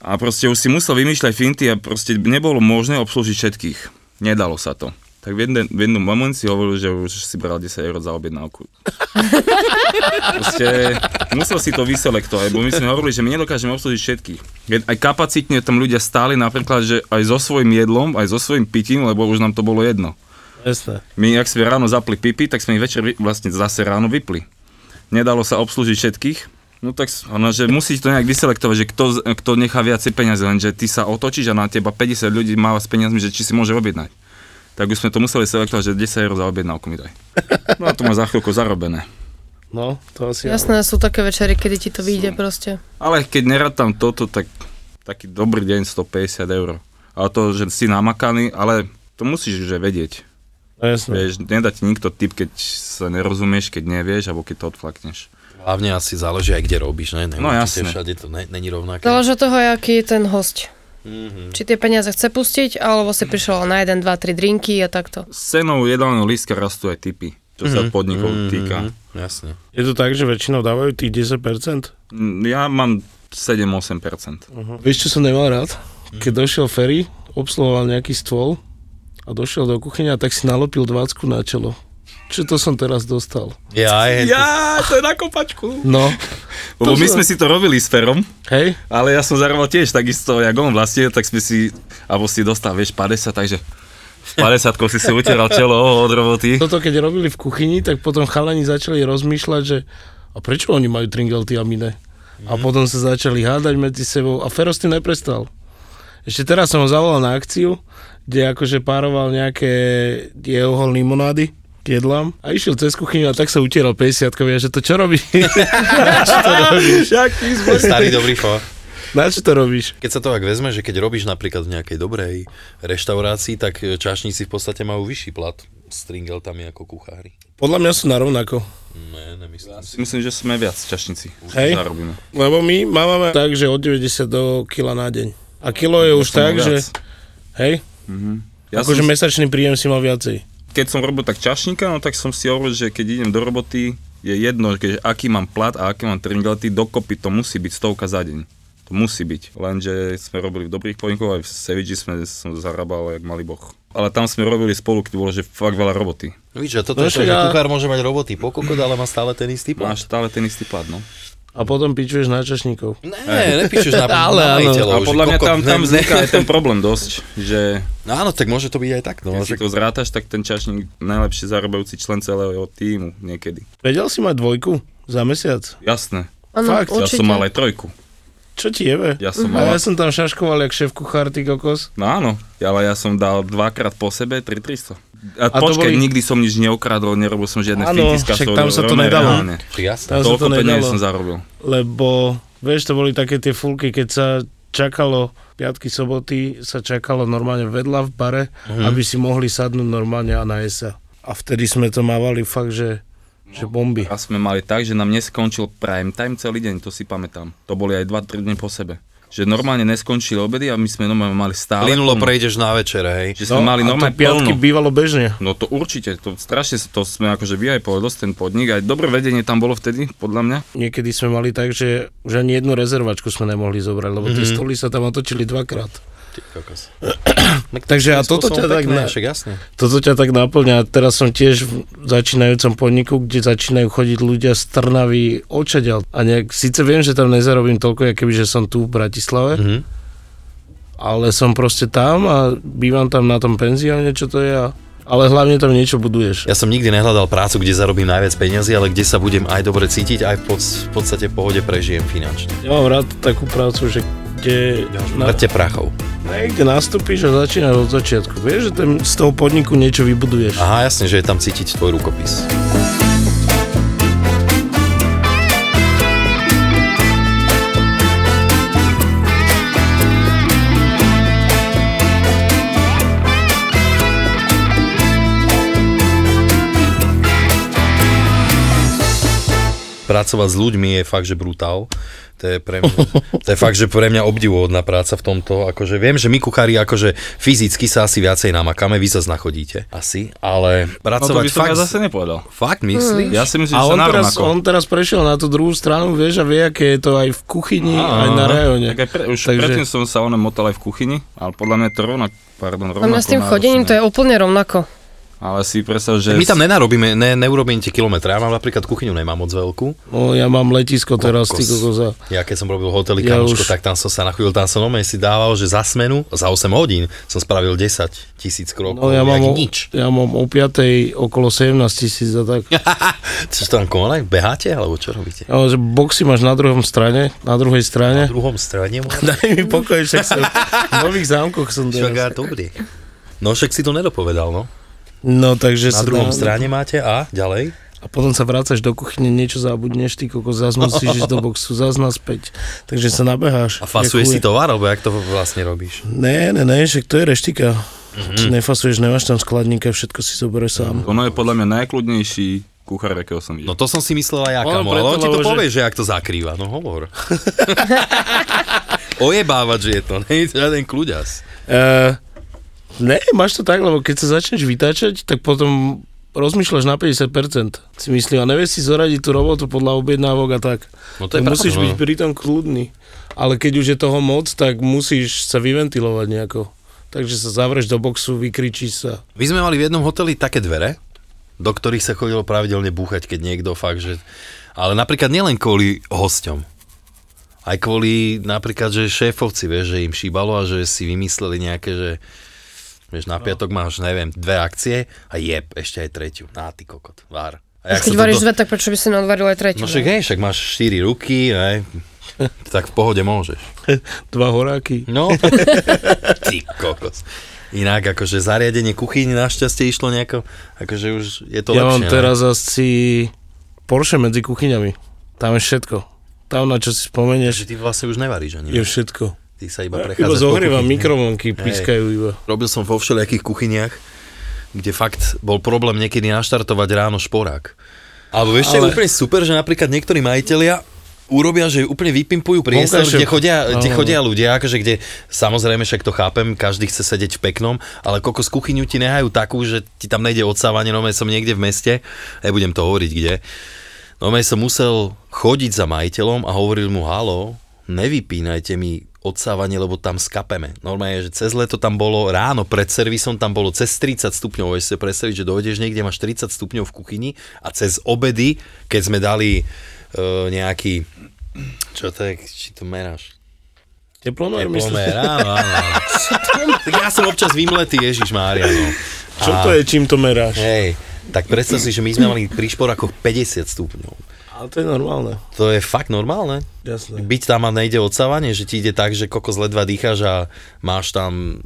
D: A proste už si musel vymýšľať finty a proste nebolo možné obslúžiť všetkých. Nedalo sa to. Tak v, jedne, v jednom moment si hovoril, že už si bral 10 eur za objednávku. proste musel si to vyselektovať, lebo my sme hovorili, že my nedokážeme obslúžiť všetkých. Keď Aj kapacitne tam ľudia stáli napríklad, že aj so svojím jedlom, aj so svojím pitím, lebo už nám to bolo jedno.
B: Jasné.
D: My, ak sme ráno zapli pipy, tak sme ich večer vy, vlastne zase ráno vypli. Nedalo sa obslúžiť všetkých. No tak s- ona, že musíš to nejak vyselektovať, že kto, z- kto nechá viacej peniazy, lenže ty sa otočíš a na teba 50 ľudí má s peniazmi, že či si môže objednať. Tak už sme to museli selektovať, že 10 eur za objednávku mi daj. No a to má za chvíľku zarobené.
B: No, to asi...
E: Jasné, sú také večery, kedy ti to vyjde proste.
D: Ale keď nerátam toto, tak taký dobrý deň 150 eur. Ale to, že si namakaný, ale to musíš že vedieť.
B: No, jasné.
D: Vieš, nedá ti nikto tip, keď sa nerozumieš, keď nevieš, alebo keď to odflakneš.
C: Hlavne asi záleží aj kde robíš, ne? Nemôžete
D: No, jasné.
C: Všade to ne, není rovnaké.
E: Záleží od toho, aký je ten host. Či tie peniaze chce pustiť, alebo si prišiel na 1, 2, 3 drinky a takto.
D: S cenou jedálneho lístka rastú aj typy, čo
B: Mhm.
D: sa podnikov týka.
C: Jasne.
B: Je to tak, že väčšinou dávajú tých 10%?
D: Mm, Ja mám 7-8%.
B: No, Vieš, čo som nemal rád?
D: Hm.
B: Keď došiel Ferry, obsluhoval nejaký stôl a došiel do kuchyňa, tak si nalopil dvácku na čelo. Čo to som teraz dostal?
C: Ja, je, ja.
D: Ja, to je na kopačku.
B: No,
D: Lebo
B: To
D: my
B: sa-
D: sme si to robili s Ferom,
B: hej,
D: ale ja som zarobil tiež takisto, jak on vlastne, tak sme si, alebo si dostal, vieš, 50, takže 50 si si utieral čelo od roboty.
B: toto keď robili v kuchyni, tak potom chalani začali rozmýšľať, že a prečo oni majú tringelty a my ne? A potom sa začali hádať medzi sebou a Fero s tým neprestal. Ešte teraz som ho zavolal na akciu, kde akože pároval nejaké jeho limonády k jedlám a išiel cez kuchyňu a tak sa utieral 50 že to čo [LAUGHS] robí?
C: starý dobrý fo.
B: Na čo to robíš?
C: Keď sa to tak vezme, že keď robíš napríklad v nejakej dobrej reštaurácii, tak e, čašníci v podstate majú vyšší plat stringel tam je ako kuchári?
B: Podľa mňa sú na rovnako.
C: Ne, nemyslím si.
D: Myslím, že sme viac čašníci.
B: Hej.
D: Zarobíme.
B: Lebo my máme tak, že od 90 do kila na deň. A kilo je už
D: som
B: tak,
D: viac.
B: že... Hej?
D: Ja
B: akože
D: som,
B: mesačný príjem si mal viacej.
D: keď som robil tak čašníka, no tak som si hovoril, že keď idem do roboty, je jedno, že aký mám plat a aké mám tringety, dokopy to musí byť stovka za deň. To musí byť. Lenže sme robili v dobrých podnikoch, aj v Savage sme som zarábal jak malý boh. Ale tam sme robili spolu, keď bolo, že fakt veľa roboty.
C: Víš, že toto
B: No
C: je to,
B: však
C: že
B: ja-
C: kuchár môže mať roboty po kokot, ale má stále ten istý plat.
D: Máš stále ten istý plat, no.
B: A potom pičuješ na čašníkov.
C: Ne, nepíšeš
B: [LAUGHS]
C: na,
B: Ale áno.
C: na majiteľov.
D: A
C: že
D: podľa mňa
C: kokot, [LAUGHS]
D: tam,
C: ne-
D: tam
C: ne-
D: vzniká aj ten problém dosť, že
C: No áno, tak môže to byť aj tak. No,
D: keď si
C: však-
D: to zrátaš, tak ten čašník najlepšie zarábajúci člen celého týmu niekedy.
B: Vedel si mať dvojku za mesiac?
D: Jasné.
E: Áno,
B: Fakt,
D: Ja som mal aj trojku.
B: Čo ti jebe?
D: Ja som
B: A
D: mal...
B: ja som tam šaškoval jak šéf kuchár, ty kokos.
D: No áno, ale ja som dal dvakrát po sebe 3300. A,
B: A to
D: počkaj,
B: boli-
D: nikdy som nič neokradol, nerobil som žiadne
B: Áno,
D: finty z
B: však
D: kasou,
B: tam sa to
D: veľmi
B: nedalo.
D: reálne.
C: Jasné.
B: Tam sa
D: Toľko
B: to
D: peniazí
B: nedalo.
D: som zarobil.
B: Lebo, vieš, to boli také tie fulky, keď sa čakalo piatky, soboty, sa čakalo normálne vedľa v bare,
D: Mhm.
B: aby si mohli sadnúť normálne a nájsť sa. A vtedy sme to mávali fakt, že, že bomby.
D: A sme mali tak, že nám neskončil prime time celý deň, to si pamätám. To boli aj 2-3 dní po sebe. Že normálne neskončili obedy a my sme normálne mali stále...
C: Plynulo
D: plno.
C: prejdeš na večer, hej.
D: Že sme mali
B: No, a to
D: normálne
B: piatky
D: plno.
B: bývalo bežne.
D: No to určite, to strašne, to sme akože vyhypovali dosť ten podnik, aj dobré vedenie tam bolo vtedy, podľa mňa.
B: Niekedy sme mali tak, že už ani jednu rezervačku sme nemohli zobrať, lebo
C: Mhm.
B: tie stoly sa tam otočili dvakrát.
C: Ty
B: [CLEARS THROAT]
C: kokos. No,
B: Takže a toto
C: Spôsobom
B: ťa tak
C: pekné,
B: na-
C: Však jasne.
B: Toto ťa tak naplňa. Teraz som tiež v začínajúcom podniku, kde začínajú chodiť ľudia z Trnavy očaďal. A nejak, síce viem, že tam nezarobím toľko, aké by, že som tu v Bratislave,
C: Mhm.
B: ale som proste tam a bývam tam na tom penzióne, čo to je. A, ale hlavne tam niečo buduješ.
C: Ja som nikdy nehľadal prácu, kde zarobím najviac peniazy, ale kde sa budem aj dobre cítiť, aj v, pod, v podstate v pohode prežijem finančne.
B: Ja mám rád takú prácu, že kde, na,
C: Vrte prachov.
B: niekde nastúpiš a začínaš od začiatku. Vieš, že tam z toho podniku niečo vybuduješ.
C: Aha, jasne, že je tam cítiť tvoj rukopis. Pracovať s ľuďmi je fakt, že brutál. To je, pre mňa, to je fakt, že pre mňa obdivuhodná práca v tomto. Akože viem, že my kuchári akože fyzicky sa asi viacej namakáme, vy sa znachodíte asi, ale
D: No to
C: pracovať
D: by som
C: fakt...
D: ja
C: s-
D: zase nepovedal.
C: Fakt myslíš?
D: Ja si myslím,
B: A
D: že
B: on
D: sa
B: teraz,
D: narovnako.
B: on teraz prešiel na tú druhú stranu, vieš, a vie, aké je to aj v kuchyni, aj na rajone.
D: Tak aj pre, už
B: Takže-
D: Takže... predtým som sa onem motal aj v kuchyni, ale podľa mňa je to rovnak, pardon,
E: A
D: rovnako.
E: No, mňa s tým chodením to je úplne rovnako.
D: Ale si predstav, že...
C: My tam nenarobíme, ne, neurobím ti kilometre. Ja mám napríklad kuchyňu, nemám moc veľkú.
B: No, ja mám letisko teraz, ty
C: Kokos.
B: kokoza.
C: Ja keď som robil hotely
B: Ja
C: ja kamoško,
B: už-
C: tak tam som sa nachvíľu, tam som normálne si dával, že za smenu, za 8 hodín som spravil 10 tisíc krokov.
B: No, ja, mám
C: jak
B: o,
C: nič.
B: ja mám o 5. okolo 17 tisíc a tak.
C: Čo tam konajú? Beháte? Alebo čo robíte?
B: Ja, mám, že boxy máš na druhom strane, na druhej
C: V
B: strane.
C: druhom strane?
D: [LAUGHS]
B: Daj [LAUGHS] mi pokoj, však som v nových zámkoch som
C: Však
B: teraz.
C: ja, dobrý. No však si to nedopovedal, no.
B: No, takže
C: Na
B: sa
C: druhom
B: dá-
C: strane máte a ďalej?
B: A potom sa vrácaš do kuchyne, niečo zabudneš, ty kokos, zás musíš ísť do boxu, zás naspäť. Takže sa nabeháš.
C: A fasuješ
B: Jak
C: si tovar, alebo jak to vlastne robíš?
B: Ne, ne, ne, však to je reštika.
C: Mhm.
B: Mm-hmm. Nefasuješ, nemáš tam skladníka, všetko si zoberieš sám.
D: Ono je podľa mňa najkľudnejší kuchár, akého som
C: No
D: videl.
C: to som si myslel aj ja,
B: Ono
C: kamo, ale
B: preto,
C: on ti to
B: lebo že-
C: povie, že jak to zakrýva, no hovor. [LAUGHS] Ojebávať, že je to, nie je to žiaden kľuďas.
B: Uh, ne, máš to tak, lebo keď sa začneš vytáčať, tak potom rozmýšľaš na 50%. Si myslí, a nevieš si zoradiť tú robotu podľa objednávok a tak.
C: No to je
B: tak
C: pravda,
B: musíš
C: no.
B: byť pritom kľudný. Ale keď už je toho moc, tak musíš sa vyventilovať nejako. Takže sa zavreš do boxu, vykričíš sa.
C: My sme mali v jednom hoteli také dvere, do ktorých sa chodilo pravidelne búchať, keď niekto fakt, že... Ale napríklad nielen kvôli hosťom. Aj kvôli napríklad, že šéfovci, vieš, že im šíbalo a že si vymysleli nejaké, že vieš, na piatok máš, neviem, dve akcie a jeb, ešte aj tretiu. Na, ty kokot, vár. A jak
E: Keď
C: sa to
E: varíš
C: do-
E: dve, tak prečo by si neodvaril aj tretiu?
C: No však hej, však máš štyri ruky, hej. [LAUGHS] tak v pohode môžeš.
B: Dva horáky.
C: No. [LAUGHS] Ty kokos. Inak akože zariadenie kuchyni našťastie išlo nejako, akože už je to
B: ja
C: lepšie. no.
B: mám
C: ne?
B: teraz asi Porsche medzi kuchyňami. Tam je všetko. Tam, na čo si
C: Že
B: spomenieš,
C: ty vlastne už nevaríš ani.
B: je všetko.
C: Ty sa iba
B: Iba
C: prechádzaš po
B: zohrievam
C: kuchyni.
B: mikrovlnky, pískajú iba.
C: Robil som vo všelijakých kuchyniach. kde fakt bol problém niekedy naštartovať ráno šporák. Alebo vieš, čo je
B: Ale-
C: úplne super, že napríklad niektorí majiteľia urobia, že úplne vypimpujú priestor,
B: Vonkajšok.
C: kde chodia, kde
B: Áno.
C: chodia ľudia, akože kde, samozrejme, však to chápem, každý chce sedieť v peknom, ale kokos kuchyňu ti nehajú takú, že ti tam nejde odsávanie, no som niekde v meste, nebudem to hovoriť kde, no som musel chodiť za majiteľom a hovoril mu, halo, nevypínajte mi odsávanie, lebo tam skapeme. Normálne je, že cez leto tam bolo ráno pred servisom, tam bolo cez 30 stupňov, vieš si predstaviť, že dojdeš niekde, máš 30 stupňov v kuchyni a cez obedy, keď sme dali e, nejaký, čo to je, či to meráš?
B: Teplomer,
C: Teplomer, [LAUGHS] áno, áno. áno. tak ja som občas vymletý, Ježiš Mária, no.
B: Čo to je, čím to meráš?
C: Hej, tak predstav si, že my sme mali pri šporákoch 50 stupňov.
B: Ale to je normálne.
C: To je fakt normálne.
B: Jasné.
C: Byť tam a nejde odsávanie, že ti ide tak, že kokos ledva dýcháš a máš tam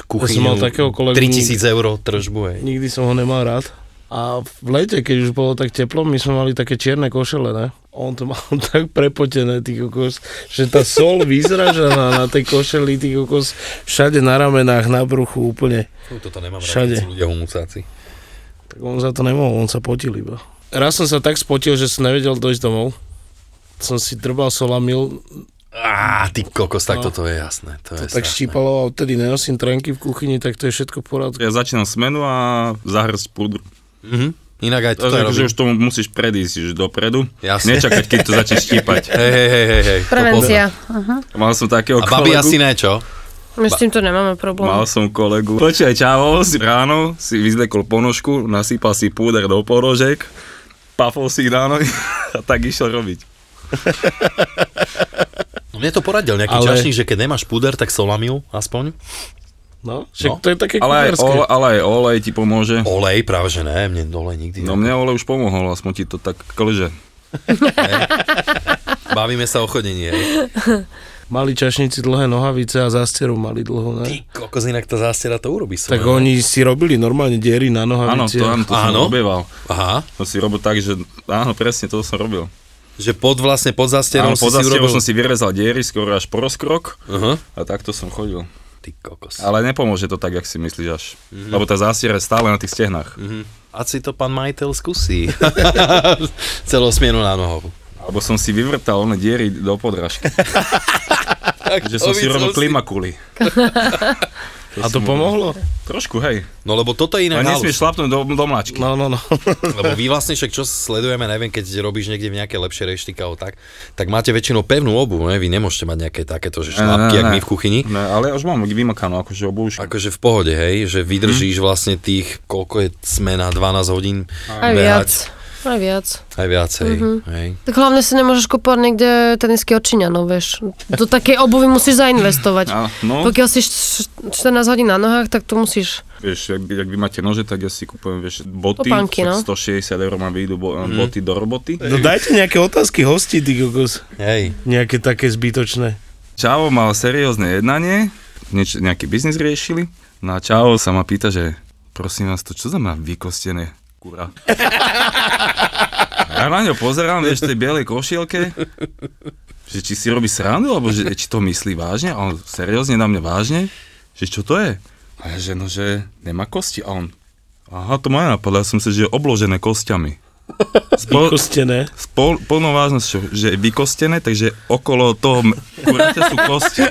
B: Ja som
C: kuchyňu
B: mal takého kolegu-
C: 3000 eur tržbu, hej.
B: Nikdy som ho nemal rád. A v lete, keď už bolo tak teplo, my sme mali také čierne košele, ne? On to mal [LAUGHS] tak prepotené, ty kokos, že tá sol vyzražená na tej košeli, ty kokos, všade na ramenách, na bruchu, úplne.
C: Fú, Toto nemám
B: Všade.
C: rád, keď sú ľudia humúcáci.
B: Tak on za to nemohol, on sa potil iba. Raz som sa tak spotil, že som nevedel dojsť domov. Som si drbal solamil,
C: Á, ty kokos, tak toto je jasné. To,
B: No.
C: je
B: tak
C: strašné.
B: štípalo a odtedy nenosím trenky v kuchyni, tak to je všetko v poriadku.
D: Ja začínam smenu a zahrsť púdru.
C: Mhm. Inak aj toto ja
D: To je, že
C: robím.
D: akože už tomu musíš predísť už dopredu.
C: Jasne.
D: Nečakať, keď to začne
C: [LAUGHS]
D: štípať.
C: Hej, hej, hej, hej, hej. to poznám.
E: Prevencia.
D: Mal som takého
C: A babi
D: kolegu.
C: asi ne, čo?
E: My s týmto nemáme problém.
D: Mal som kolegu. Počkaj, čavo, si ráno si vyzlekol ponožku, nasypal si púder do porožek, pafol si ich ráno [LAUGHS] a tak išiel robiť.
C: No Mne to poradil nejaký
B: Ale-
C: čašník, že keď nemáš púder, tak solamil aspoň.
B: No, však
C: No.
B: to je také
D: Ale aj,
B: kuchárske.
D: ole, ale aj olej ti pomôže.
C: Olej, práve že ne, mne olej nikdy.
D: No
C: ne.
D: mne olej už pomohol, aspoň ti to tak klže.
C: Bavíme sa o chodení. hej.
B: Mali čašníci dlhé nohavice a zásteru mali dlhú,
C: Ty
B: ne?
C: kokos, inak tá zástera to urobí svoje.
B: Tak oni si robili normálne diery na
D: Áno,
B: nohavici.
D: to, áno, to som
C: Áno?
D: obieval.
C: Aha,
D: To si robil tak, že áno, presne, to som robil.
C: že pod vlastne pod zásterou
D: Áno,
C: si
D: pod
C: si
D: zastierou
C: urobil...
D: som si vyrezal diery, skoro až poroskrok
C: Aha,
D: a takto som chodil.
C: ty kokos.
D: Ale nepomôže to tak, jak si myslíš
C: Mhm.
D: až. Mm-hmm. Lebo tá zásiera je stále na tých stehnách. Mm-hmm.
C: A si to pán majiteľ skúsi.
D: [LAUGHS]
C: [LAUGHS] Celou smienu na nohu.
D: Alebo som si vyvrtal one diery do podrážky.
C: [LAUGHS]
D: že som si
C: Obyčel
D: robil
C: si-
D: klimakuly.
B: A to pomohlo?
D: Trošku, hej.
C: No lebo toto je inak
D: Ale nesmieš
C: halus.
D: šlapnúť do, do mláčky.
B: No,
D: [LAUGHS]
B: no, no.
C: Lebo vy vlastne však čo sledujeme, neviem, keď robíš niekde v nejakej lepšej reštike alebo tak, tak máte väčšinou pevnú obu, ne? Vy nemôžete mať nejaké takéto, že šlápky, jak my v kuchyni.
D: Ne, ale už mám vymakanú, akože obušku.
C: Akože v pohode, hej, že vydržíš vlastne tých, koľko je smena, 12 hodín
E: Aj viac. Mhm. Aj viac.
C: Aj viac, hej. hej.
E: Tak hlavne si nemôžeš kúpať niekde tenisky očiňanov, vieš. Do takej obuvy musíš zainvestovať.
D: A, no,
E: Pokiaľ si št- št- 14 hodín na nohách, tak to musíš.
D: vieš, ak, ak vy máte nože, tak ja si kúpujem, vieš, boty,
E: Topánky,
D: tak
E: no.
D: 160 eur ma vyjdú bo, boty do roboty.
B: No dajte nejaké otázky hosti, ty kokos.
C: hej.
B: Nejaké také zbytočné.
D: Čavo mal seriózne jednanie, nieč, nejaký biznis riešili. No a Čavo sa ma pýta, že prosím vás, to čo znamená vykostené kura? A Ja na ňo pozerám, vieš, v tej bielej košielke, že či si robí srandu, alebo že, či to myslí vážne, a on seriózne na mňa vážne, že čo to je? A ja, že no, že nemá kosti, a on, aha, to ma napadlo, ja som si, že je obložené kostiami. Spo-
B: Kostené.
D: s pol, plnou vážnosťou, že je vykostené, takže okolo toho m- kurate sú kosti.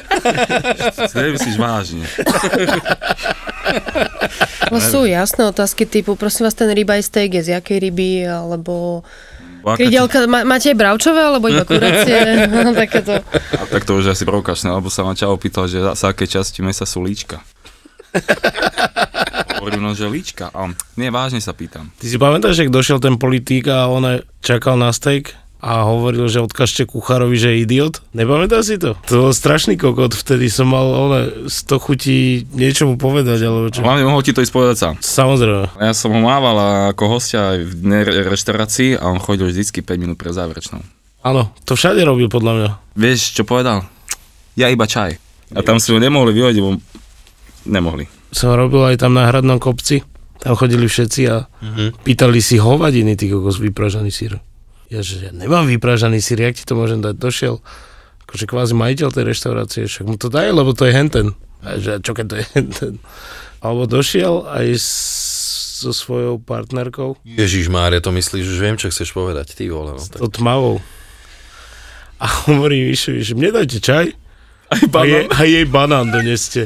D: Si Nemyslíš vážne.
E: Ale sú jasné otázky typu, prosím vás, ten rybaj steak je z jakej ryby, alebo
D: Aká ti-
E: krydelka, ma, máte aj bravčové, alebo iba kuracie, [LAUGHS] takéto.
D: A tak to už asi prokážne, alebo sa ma ča opýtal, že z akej časti mesa sú líčka. Hovorím, no, že líčka. A on, nie, vážne sa pýtam.
B: Ty si pamätáš, jak došiel ten politík a on aj čakal na steak? a hovoril, že odkažte kuchárovi, že je idiot. Nepamätáš si to? To bol strašný kokot, vtedy som mal ale 100 chutí niečo mu povedať, alebo čo.
D: Hlavne mohol ti to ísť povedať sám.
B: Samozrejme.
D: Ja som ho mával ako hostia aj v dne re- reštaurácii a on chodil vždycky 5 minút pre záverečnou.
B: Áno, to všade robil podľa mňa.
D: Vieš, čo povedal? Ja iba čaj. A tam si ho nemohli vyhodiť, bo nemohli.
B: som robil aj tam na Hradnom kopci, tam chodili všetci a
C: Mhm.
B: pýtali si hovadiny, ty kokos, vypražaný sír. Ja že ja nemám vypražaný sír, jak ti to môžem dať? Došiel akože kvázi majiteľ tej reštaurácie, však mu to daj, lebo to je henten. A ja, že čo keď to je henten? Alebo došiel aj s- so svojou partnerkou,
C: Ježiš Mária, to myslíš, už viem, čo chceš povedať, ty vole. No,
B: to
C: tak.
B: tmavou. A hovorí Mišovi, že mne dajte čaj
D: Aj
B: a jej,
D: banán.
B: a jej banán doneste.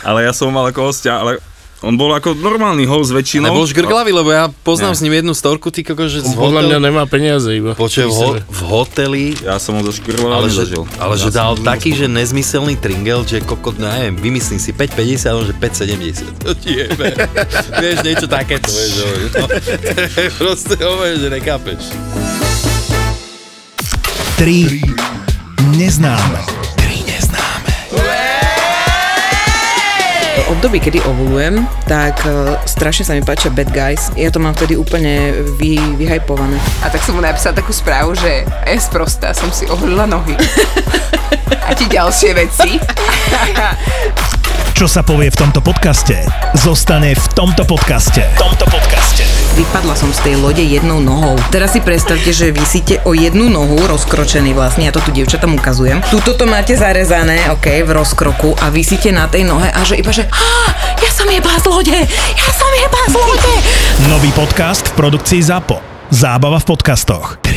D: Ale ja som mal ako hostia, ale on bol ako normálny host väčšinou.
C: Nebol žgrglavý, lebo ja poznám
D: Ne.
C: s ním jednu storku, ty koko, že z
B: On podľa mňa
C: hotel...
B: nemá peniaze iba.
C: Počujem,
B: Pri
C: ho,
B: sebe.
C: v hoteli
D: Ja som ho zaškrloval,
C: ale že,
D: nezažil.
C: ale že
D: ja som-
C: dal taký, že nezmyselný tringel, že kokot, no neviem, vymyslím si 5,50, on že 5,70. To ti [LAUGHS] jebe. vieš, niečo takéto, vieš, že no, [LAUGHS] to je proste hovorí, že nekápeš.
F: 3 neznáme. 3 neznáme.
G: V období, kedy ovulujem, tak e, strašne sa mi páčia bad guys. Ja to mám vtedy úplne vy, vyhajpované.
H: A tak som mu napísala takú správu, že je sprostá, som si oholila nohy. A ti ďalšie veci.
F: Čo sa povie v tomto podcaste, zostane v tomto podcaste. V tomto podcaste.
I: Vypadla som z tej lode jednou nohou. Teraz si predstavte, že vysíte o jednu nohu, rozkročený vlastne, ja to tu dievčatám ukazujem. Tuto to máte zarezané, ok, v rozkroku a vysíte na tej nohe a že iba, že "Á, ja som jebá z lode, ja som jebá z lode.
F: Nový podcast v produkcii ZAPO. Zábava v podcastoch.